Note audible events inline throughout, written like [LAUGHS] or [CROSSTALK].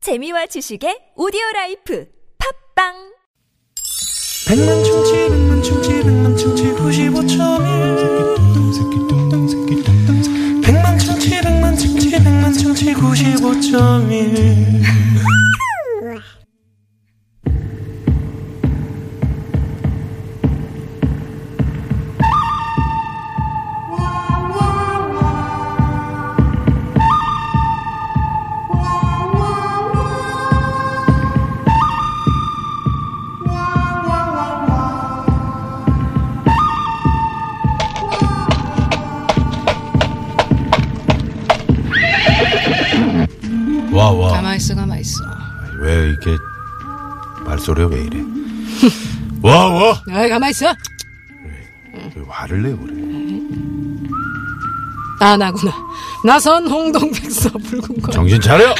재미와 지식의 오디오 라이프 팝빵 백만 충치 백만 충치 백만 충치 95.1 백만 충치 백만 충치 백만 충치 95.1 와, 와. 가만 있어, 가만 있어. 왜 이렇게 말소리가 왜 이래? [LAUGHS] 와, 와. 아, 가만 있어. 네. 왜 화를 내고 그래? 아, 나구나. 나선 홍동백서 붉은 거. 정신 [LAUGHS] 차려!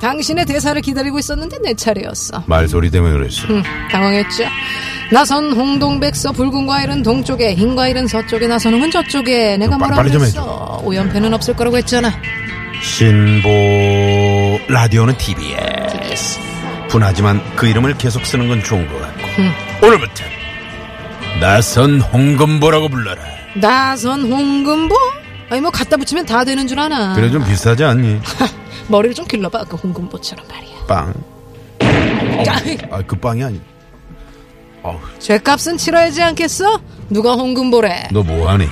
당신의 대사를 기다리고 있었는데 내 차례였어. 말소리 때문에 그랬어. 음, 당황했죠. 나선 홍동백서 붉은 과일은 동쪽에, 흰 과일은 서쪽에, 나선홍은 저쪽에. 내가 빨리- 뭐라고 빨리 좀 했어? 오연패는 없을 거라고 했잖아. 신보 라디오는 TV에. 분하지만 그 이름을 계속 쓰는 건 좋은 것 같고. 오늘부터 나선 홍금보라고 불러라. 나선 홍금보? 아니 뭐 갖다 붙이면 다 되는 줄 아나. 그래 좀 비슷하지 않니? 머리를 좀 길러봐. 그 홍금보처럼 말이야. 빵. 아이, 아, 그 빵이 아니. 어우, 죄값은 치러야지 않겠어? 누가 홍금보래? 너 뭐하니?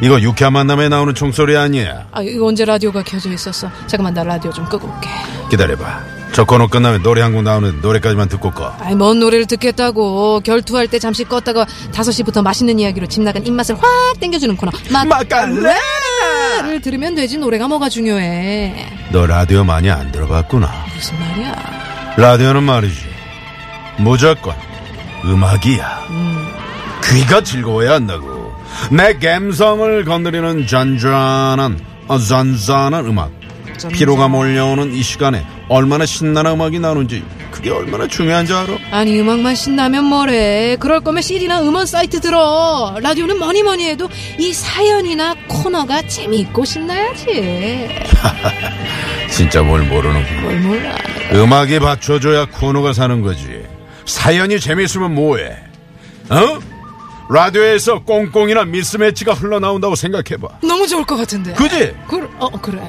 이거 유쾌한 만남에 나오는 총소리 아니야. 아, 이거 언제 라디오가 켜져 있었어? 잠깐만, 나 라디오 좀 끄고 올게. 기다려봐. 저 코너 끝나면 노래 한 곡 나오는 노래까지만 듣고 꺼. 아이, 뭔 노래를 듣겠다고. 결투할 때 잠시 껐다가 5시부터 맛있는 이야기로 집 나간 입맛을 확 땡겨주는 코너. 마카레나를 맛을 들으면 되지, 노래가 뭐가 중요해. 너 라디오 많이 안 들어봤구나. 무슨 말이야. 라디오는 말이지. 무조건 음악이야. 귀가 즐거워야 한다고. 내 감성을 건드리는 잔잔한, 어, 잔잔한 음악. 피로감 올려오는 이 시간에 얼마나 신나는 음악이 나오는지 그게 얼마나 중요한지 알아? 아니, 음악만 신나면 뭐래. 그럴 거면 CD나 음원 사이트 들어. 라디오는 뭐니 뭐니 해도 이 사연이나 코너가 재미있고 신나야지. 진짜 뭘 모르는구나. 뭘 몰라. 음악이 받쳐줘야 코너가 사는 거지. 사연이 재밌으면 뭐해? 어? 라디오에서 꽁꽁이나 미스매치가 흘러나온다고 생각해봐. 너무 좋을 것 같은데. 그지? 그, 어, 그래.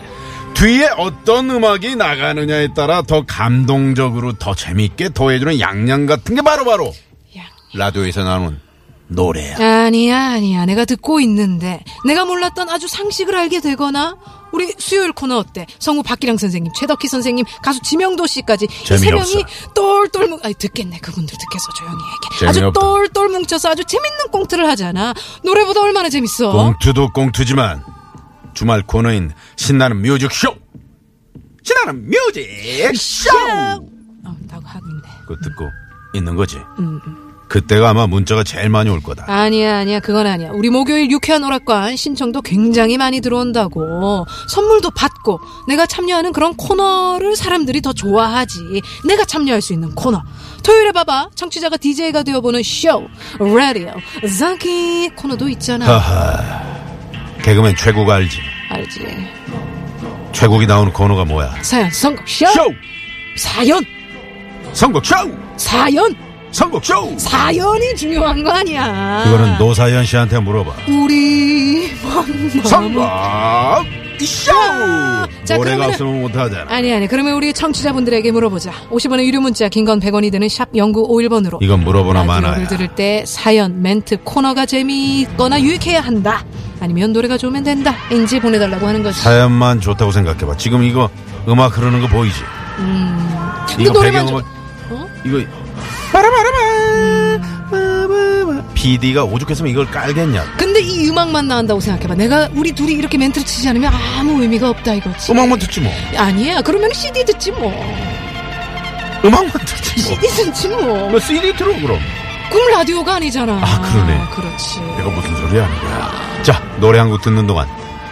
뒤에 어떤 음악이 나가느냐에 따라 더 감동적으로 더 재밌게 더해주는 양념 같은 게 바로바로 양. 라디오에서 나오는 노래야. 아니야, 아니야. 내가 듣고 있는데. 내가 몰랐던 아주 상식을 알게 되거나, 우리 수요일 코너 어때? 성우 박기량 선생님, 최덕희 선생님, 가수 지명도 씨까지. 이 세 재미없어. 명이 똘똘 뭉, 아니, 듣겠네. 그분들 듣겠어. 조용히 얘기해. 아주 재미없다. 똘똘 뭉쳐서 아주 재밌는 꽁트를 하잖아. 노래보다 얼마나 재밌어. 꽁투도 꽁투지만 주말 코너인 신나는 뮤직쇼! 신나는 뮤직쇼! 어, 나고 하고 있네. 그거 듣고 있는 거지. 음, 그때가 아마 문자가 제일 많이 올 거다. 아니야, 아니야. 그건 아니야. 우리 목요일 유쾌한 오락관 신청도 굉장히 많이 들어온다고. 선물도 받고, 내가 참여하는 그런 코너를 사람들이 더 좋아하지. 내가 참여할 수 있는 코너. 토요일에 봐봐. 청취자가 DJ가 되어보는 쇼. 라디오. 자키 코너도 있잖아. 개그맨 최국 알지? 알지. 최국이 나오는 코너가 뭐야? 사연, 선곡, 쇼. 쇼! 사연, 선곡 쇼! 사연, 선곡 쇼! 사연이 중요한 거 아니야. 이거는 노사연 씨한테 물어봐. 우리 만남. 선곡 쇼! 아. 자, 노래가 그러면은- 없으면 못하잖아. 아니 아니 그러면 우리 청취자분들에게 물어보자 50원의 유료 문자 긴 건 100원이 되는 샵 0951번으로 이건 물어보나 마나야. 라디오를 들을 때 사연 멘트 코너가 재미있거나 유익해야 한다 아니면 노래가 좋으면 된다 인지 보내달라고 하는 거지 사연만 좋다고 생각해봐. 지금 이거 음악 흐르는 거 보이지? 근데 이거 그 노래만 배경음악, 좋- 어? 이거. 바라바라바! PD가 오죽했으면 이걸 깔겠냐. 근데 이 음악만 나온다고 생각해봐 내가 우리 둘이 이렇게 멘트를 치지 않으면 아무 의미가 없다 이거지 음악만 듣지 뭐. 아니야 그러면 CD 듣지 뭐 어. 음악만 듣지 뭐. CD 듣지 뭐 뭐 CD 들어, 그럼. 그럼 라디오가 아니잖아 아, 그러네. 그렇지 내가 무슨 소리 하는 거야? 자, 노래 한 곡 듣는 동안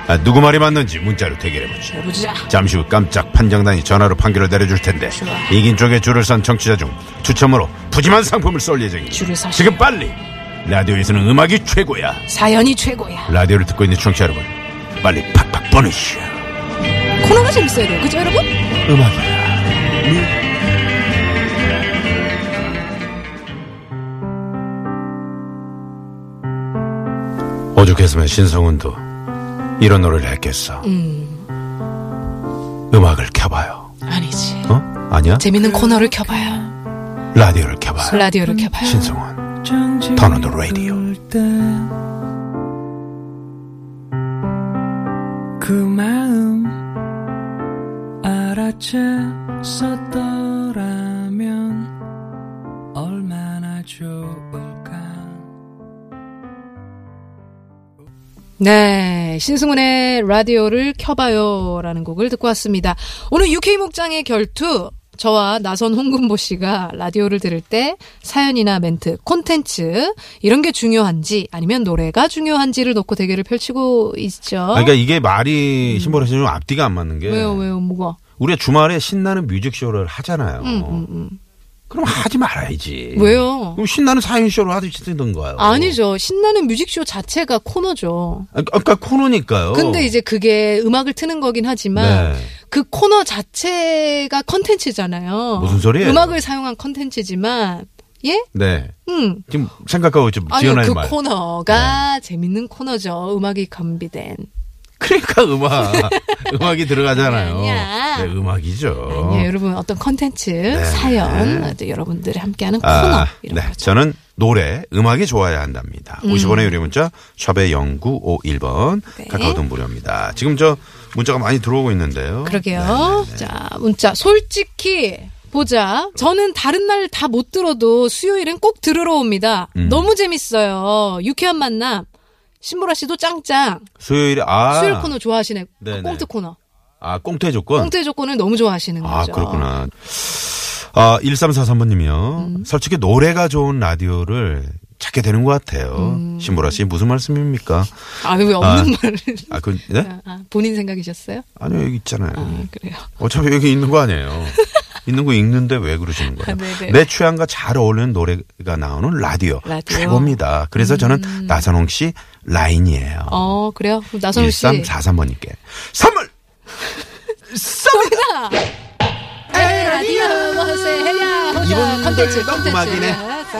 아, 누구 말이 맞는지 문자로 대결해보지. 해보자 잠시 후 깜짝 판정단이 전화로 판결을 내려줄 텐데 좋아. 이긴 쪽에 줄을 선 청취자 중 추첨으로 푸짐한 상품을 쏠 예정이니 줄을 서시- 지금 빨리 라디오에서는 음악이 최고야 사연이 최고야 라디오를 듣고 있는 청취자 여러분 빨리 팍팍 보내시오 코너가 재밌어야 돼요. 그죠, 여러분? 음악이야 같았으면 신성훈도 이런 노래를 했겠어. 음, 음악을 켜봐요. 아니지. 어? 아니야? 재밌는 코너를 켜봐요. 라디오를 켜봐요. 라디오를 어? 켜봐요. 신성훈. Turn on the radio. 그 마음 알아챘었더라면 얼마나 좋을까. 네, 신승훈의 라디오를 켜봐요라는 곡을 듣고 왔습니다. 오늘 UK 목장의 결투 저와 나선 홍금보 씨가 라디오를 들을 때 사연이나 멘트, 콘텐츠 이런 게 중요한지 아니면 노래가 중요한지를 놓고 대결을 펼치고 있죠. 아, 그러니까 이게 말이 심벌에서 좀 앞뒤가 안 맞는 게 왜요, 왜요, 뭐가? 우리가 주말에 신나는 뮤직쇼를 하잖아요. 음, 음, 음. 그럼 하지 말아야지. 왜요? 그럼 신나는 사연쇼로 하듯이 뜨던가요? 아니죠. 신나는 뮤직쇼 자체가 코너죠. 아, 아까 코너니까요. 근데 이제 그게 음악을 트는 거긴 하지만 어. 네. 그 코너 자체가 컨텐츠잖아요. 무슨 소리예요? 음악을 사용한 컨텐츠지만 예? 네. 음. 지금 생각하고 좀 아니 지연할 그 말. 네. 코너가 재밌는 코너죠. 음악이 감비된. 그러니까 음악. [LAUGHS] 음악이 들어가잖아요. 아니야. 네, 음악이죠. 아니요, 예, 여러분 어떤 컨텐츠, 사연, 또 여러분들이 함께하는 코너 네. 아, 이런 네. 거죠. 저는 노래, 음악이 좋아야 한답니다. 50원의 유료 문자, 샵의 0951번, 네. 카카오톡 무료입니다. 지금 저 문자가 많이 들어오고 있는데요. 네, 그러게요. 자, 문자 솔직히 보자. 저는 다른 날 다 못 들어도 수요일엔 꼭 들으러 옵니다. 음. 너무 재밌어요. 유쾌한 만남. 신보라 씨도 짱짱. 수요일에, 아. 수요일 코너 좋아하시네. 네네. 꽁트 코너. 아, 꽁태 조건? 꽁트 조건을 너무 좋아하시는 아, 거죠. 그렇구나. 아, 1343번님이요. 음. 솔직히 노래가 좋은 라디오를 찾게 되는 것 같아요. 음. 신보라 씨, 무슨 말씀입니까? 아, 왜 없는 아. 말을. 아, 그, 네? 아, 아, 본인 생각이셨어요? 아니요, 여기 있잖아요. 아, 그래요. 어차피 여기 있는 거 [LAUGHS] 아니에요. 있는 거 읽는데 왜 그러시는 거예요? 아, 네네. 내 취향과 잘 어울리는 노래가 나오는 라디오. 라디오. 음. 최고입니다. 그래서 저는 나선홍 씨 라인이에요. 어, 그래요? 그럼 나선우 씨. 1343번님께 선물! 쏩니다! 에이, 라디오, 허세, 헤야, 네, 호자, 컨텐츠,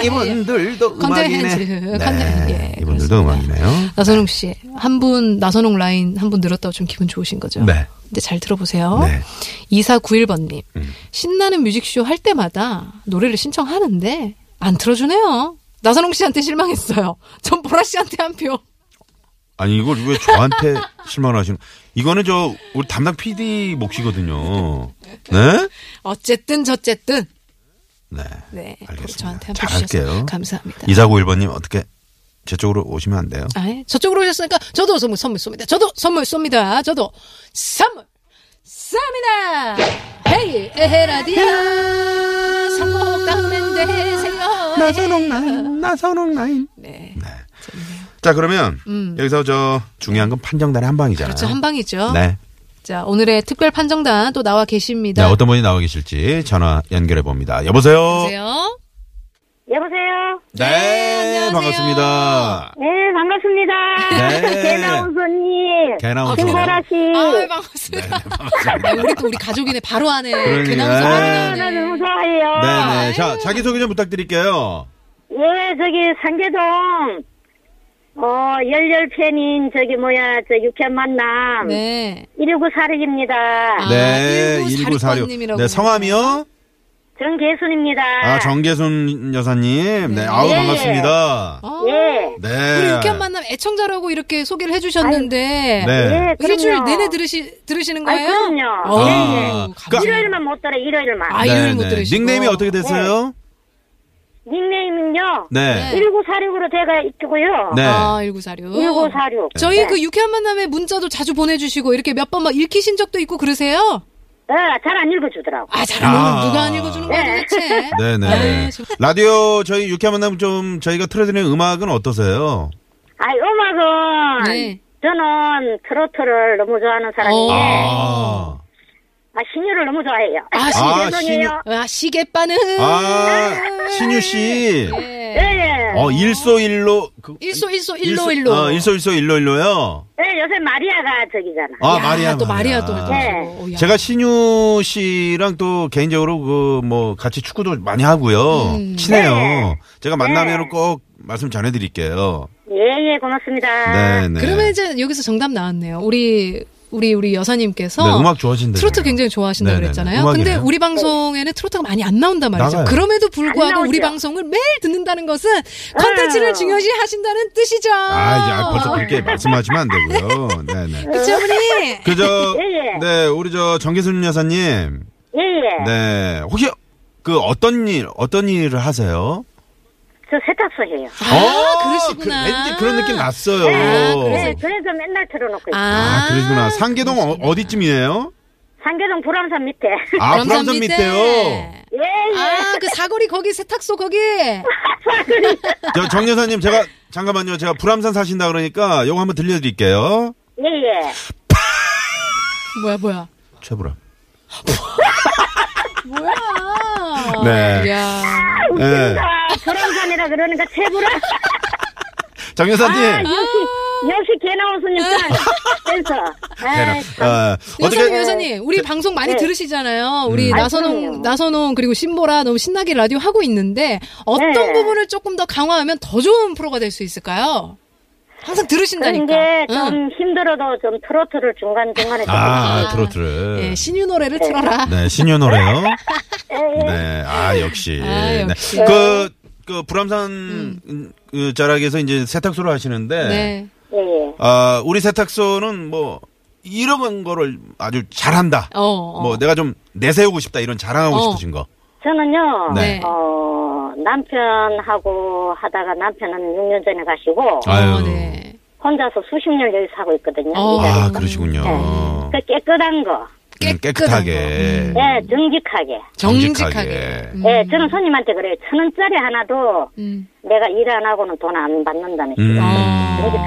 이분들도 컨텐츠. 음악이네. 예, 이분들도 음악이네. 컨텐츠, 컨텐츠. 예, 이분들도 그렇습니다. 음악이네요. 나선홍 씨, 한 분, 나선홍 라인 한 분 들었다고 좀 기분 좋으신 거죠? 네. 근데 잘 들어보세요. 네. 음. 2491번님, 신나는 뮤직쇼 할 때마다 노래를 신청하는데 안 틀어주네요. 나선홍 씨한테 실망했어요. 전 보라 씨한테 한 표. 아니 이걸 왜 저한테 [LAUGHS] 실망하시는? 이거는 저 우리 담당 PD 몫이거든요. 네? 어쨌든 저쨌든 네. 네, 알겠습니다. 저한테 한 표 잘할게요. 주셔서 감사합니다. 이사구 1번님 어떻게 제 쪽으로 오시면 안 돼요? 아, 예. 저쪽으로 오셨으니까 저도 선물 선물 쏩니다. 저도 선물 쏩니다. 저도 선물 쏩니다. 헤이 에헤 라디오 선곡 다음엔 되세요. 나선홍 라인, 나선홍 라인. 네, 네. 자 그러면 여기서 저 중요한 건 판정단의 한 방이잖아요. 음. 그렇죠 한 방이죠. 네. 자 오늘의 특별 판정단 또 나와 네, 계십니다. 어떤 분이 나와 계실지 전화 연결해 봅니다. 여보세요. 보세요. 여보세요. 네, 안녕하세요. 반갑습니다. 네 반갑습니다. [LAUGHS] 네. 개나운서님, 개나운서. 신사라 씨. 아, 반갑습니다. 야, 우리 또 우리 가족이네 바로 안에 네, 그러니까. 개나무서 아, 나 너무 좋아해요. 네네. 자, 자기소개 좀 부탁드릴게요. 예, 저기 상계동 어 열렬 팬인 저기 뭐야 저 유쾌한 만남 네. 119 사력입니다. 아, 네, 1946 님이라고 네, 성함이요? 정계순입니다. 네. 아, 정계순 여사님. 네, 아우, 예, 반갑습니다. 어, 예. 네. 우리 유쾌한 만남 애청자라고 이렇게 소개를 해주셨는데 네. 예, 그럼요. 일주일 내내 들으시 들으시는 아, 거예요? 그럼요. 어, 예, 예. 감사합니다. 일요일만 못 들어 일요일만. 아, 이름을 못 들으시고. 닉네임이 어떻게 되세요? 닉네임은요. 네. 119 사력으로 제가 있고요. 네. 아, 1946. 119 사력. 저희 네. 그 유쾌한 만남에 문자도 자주 보내주시고 이렇게 몇 번 막 읽히신 적도 있고 그러세요? 어, 잘안 읽어주더라고. 아, 잘 아. 모르 누가 안 읽어주는 네. 거야 도대체? [LAUGHS] 네네. 아이, 좀- 라디오 저희 유쾌한 만남 좀 저희가 틀어드리는 음악은 어떠세요? 아, 음악은 네. 저는 트로트를 너무 좋아하는 어. 사람인데 아. 아, 신유를 너무 좋아해요. [LAUGHS] 아, 신유. 죄송해요. 아, 시계빠는. 아, 신유 씨. 예. 예, 예. 어, 일소일로. 그, 일소, 일소, 일로, 일로. 어, 일소일소, 일로일로요? 예, 요새 마리아가 저기잖아. 아, 야, 마리아. 또 마리아 또. 또. 네. 오, 어, 야. 제가 신유 씨랑 또 개인적으로 그 뭐 같이 네. 축구도 많이 하고요. 친해요. 제가 만나면 꼭 말씀 전해드릴게요. 예, 예, 고맙습니다. 네, 네. 아, 그러면 이제 여기서 정답 나왔네요. 우리 우리 우리 여사님께서 네, 음악 좋아하신다. 트로트 굉장히 좋아하신다 고 네네네. 그랬잖아요. 음악이네요. 근데 우리 방송에는 트로트가 많이 안 나온단 말이죠. 나가요. 그럼에도 안 불구하고 나오죠. 네. 우리 방송을 매일 듣는다는 것은 컨텐츠를 중요시 하신다는 뜻이죠. 아, 이제 아, 벌써 그렇게 말씀하시면 안 되고요. 네, 네. 그쵸, 어머니? [LAUGHS] 그저 예, 예. 네, 우리 저 정기순 여사님. 예, 예. 네. 혹시 그 어떤 일 어떤 일을 하세요? 저 세탁소 해요. 아, 어, 그러시구나. 그, 왠지 그런 느낌 났어요. 아, 그래서- 예, 그래서 맨날 틀어놓고 있어요. 아, 그러시구나. 상계동 어, 어디쯤이에요? 상계동 불암산 밑에. [LAUGHS] 아, 그럼 불암산 선비들. 밑에요. 예, 예. 아, 그 사거리 거기 세탁소 거기. 저 정여사님 제가 잠깐만요. 제가 불암산 사신다 그러니까 요거 한번 들려드릴게요. 예, 예. 뭐야, 뭐야. 최불암. 뭐야. 네. 야. 예. 아, 불암산이라 그러니까 최불암. 정여사님. 아, 역시 개나운스님 [LAUGHS] 팬서. 예. 아, 여사님, 어떻게 여사님, 우리 방송 많이 네. 들으시잖아요. 우리 음. 그럼요. 나선홍, 나선홍 그리고 신보라 너무 신나게 라디오 하고 있는데 어떤 네. 부분을 조금 더 강화하면 더 좋은 프로가 될 수 있을까요? 항상 들으신다니까. 어? 그런 게좀 응. 힘들어도 좀 트로트를 중간중간에 좀. 아, 아, 트로트를. 예, 신유 노래를 틀어라. 네, 신유 노래요. 예, 예. 네, 아 역시. 아, 역시. 음. 네. 그, 그 불암산 그 자락에서 이제 세탁소를 하시는데, 네. 예, 예. 아 우리 세탁소는 뭐 이런 거를 아주 잘한다. 어, 어. 뭐 내가 좀 내세우고 싶다 이런 자랑하고 어. 싶으신 거. 저는요, 네. 어, 남편하고 하다가 남편은 6년 전에 가시고, 아. 아유. 어, 네. 혼자서 수십 년 여기 사고 있거든요. 어. 이제. 아 그러시군요. 그 깨끗한 거, 음, 깨끗한 깨끗하게. 네. 거. 예, 정직하게. 정직하게. 음. 예, 저는 손님한테 그래요. 천 원짜리 하나도 음. 내가 일 안 하고는 돈 안 받는다는 음. 식으로.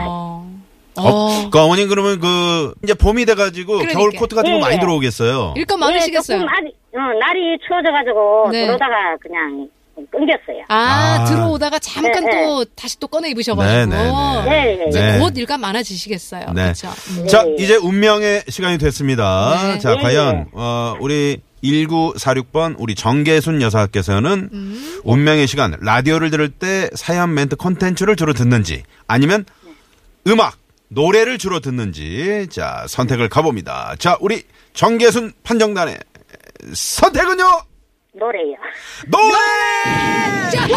어. 어, 어. 그 어머님 그러면 그 이제 봄이 돼가지고 그러니까. 겨울 코트 같은 거 예, 많이 예. 들어오겠어요. 일감 예, 많으시겠어요? 조금 아직, 어, 날이 추워져가지고 네. 들어오다가 그냥 끊겼어요. 아, 아. 들어오다가 잠깐 네, 네. 또 다시 또 꺼내 입으셔가지고 네, 네, 네. 네, 이제 네. 곧 일감 많아지시겠어요. 네. 그렇죠. 자, 이제 운명의 시간이 됐습니다. 네. 자, 예, 과연, 어, 우리 1946번 우리 정계순 여사께서는 음. 운명의 시간, 라디오를 들을 때 사연 멘트 콘텐츠를 주로 듣는지 아니면 음악, 노래를 주로 듣는지 자, 선택을 가봅니다. 자, 우리 정계순 판정단의 선택은요? 노래요. 노래! 네! 네.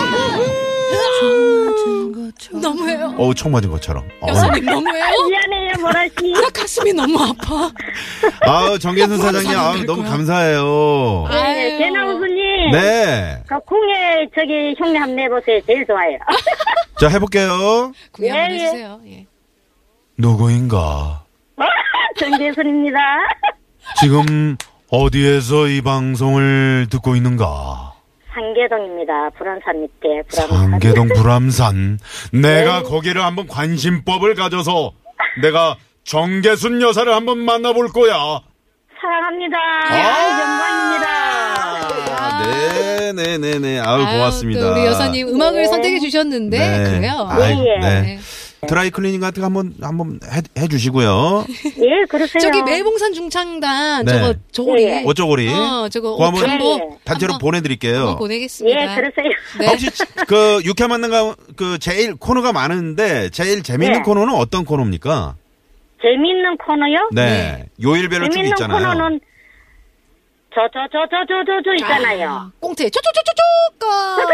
너무해요. 어우, 총 맞은 것처럼. 어우. 여사님 너무해요. [LAUGHS] 미안해요, 모라씨. 나 가슴이 너무 아파. 아우, 정계순 바로 사장님, 사연 아우, 될 너무 거야. 감사해요. 예, 아유. 개나우스님. 네. 그 콩에 저기 흉내 한번 내보세요. 제일 좋아요. 자, 해볼게요. 구해 예, 한번 예. 해주세요. 예. 누구인가? 정재순입니다. [LAUGHS] 지금 어디에서 이 방송을 듣고 있는가? 상계동입니다. 불안산 밑에 불안산. 상계동 불암산. 내가 거기를 한번 관심법을 가져서 내가 정계순 여사를 한번 만나볼 거야. 사랑합니다. 아! 영광입니다. 네, 네, 네, 네. 아우 아유, 또 고맙습니다. 우리 여사님 음악을 선택해 주셨는데 네. 그래요. 아이, 예, 예. 네. 드라이 클리닝 같은 거 한번 한번 해, 해 [LAUGHS] 주시고요. 예, 그러세요. 저기 매봉산 중창단 네. 저거 예, 저고리 예. 어쩌고리 어, 저거 그거 옷 한번 한복 단체로 한번 보내드릴게요. 한번 보내겠습니다. 예, 그러세요. 네. 아, 혹시 그 육회 만난가 그 제일 코너가 많은데 제일 재밌는 네. 코너는 어떤 코너입니까? 재밌는 코너요? 네. 요일별로 쭉 재밌는 있잖아요. 코너는 저 저 저 저 저 저 저 있잖아요. 아, 꽁트에 쪼쪼쪼쪼쪼까.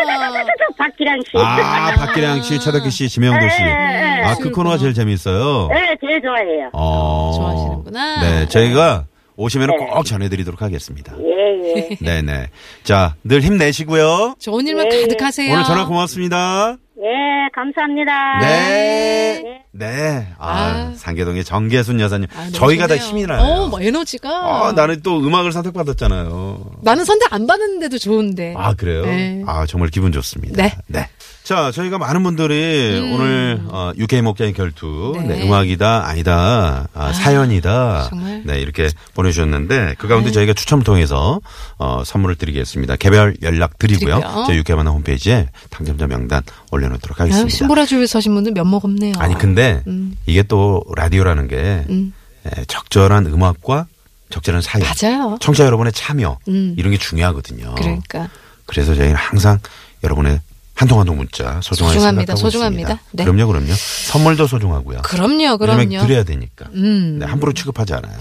저저저저 박기량 씨. 아, 박기량 씨, 최덕기 씨, 지명도 씨. 예, 예, 예. 아, 그 코너가 제일 재밌어요. 예, 제일 좋아해요. 어. 좋아하시는구나. 네, 저희가 오시면 네. 꼭 전해드리도록 하겠습니다. 예, [LAUGHS] 예. 네네. 자, 늘 힘내시고요. 좋은 일만 예, 예. 가득하세요. 오늘 전화 고맙습니다. 예, 감사합니다. 예. 네. 네. 아, 아. 상계동의 정계순 여사님. 아, 너무 저희가 다 좋네요. 힘이 어, 나요. 뭐 에너지가. 아, 나는 또 음악을 선택받았잖아요. 나는 선택 안 받았는데도 좋은데. 아 그래요? 네. 아 정말 기분 좋습니다. 네. 음. 자 저희가 많은 분들이 오늘 어, 육회 목장의 결투 네. 네, 음악이다 아니다 아, 사연이다 정말. 네. 네 이렇게 보내주셨는데 그 가운데 저희가 추첨을 통해서 어, 선물을 드리겠습니다. 개별 연락 드리고요. 드리고요. 저희 육회 만남 홈페이지에 당첨자 명단 올려놓도록 아유, 하겠습니다. 신보라 줄 서신 분들 면목 없네요. 아니 근데 음. 이게 또 라디오라는 게 음. 에, 적절한 음악과 적절한 사연 맞아요. 청취자 여러분의 참여 음. 어. 이런 게 중요하거든요. 그러니까. 그래서 저희는 항상 여러분의 한통 한통 문자 소중하게 소중합니다, 생각하고 소중합니다. 있습니다. 네. 그럼요, 그럼요. 선물도 소중하고요. 그럼요, 왜냐면 그럼요. 드려야 되니까. 음. 네, 함부로 취급하지 않아요.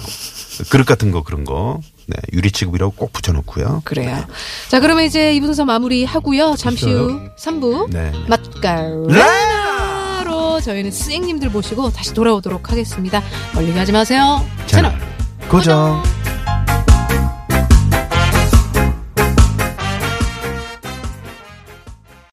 그릇 같은 거 그런 거 네, 유리 취급이라고 꼭 붙여놓고요. 그래요. 자, 그러면 이제 이 분서 마무리 하고요. 잠시 후 3부 네. 맛깔로 저희는 스앵님들 모시고 다시 돌아오도록 하겠습니다. 멀리 가지 마세요. 채널 채널 고정.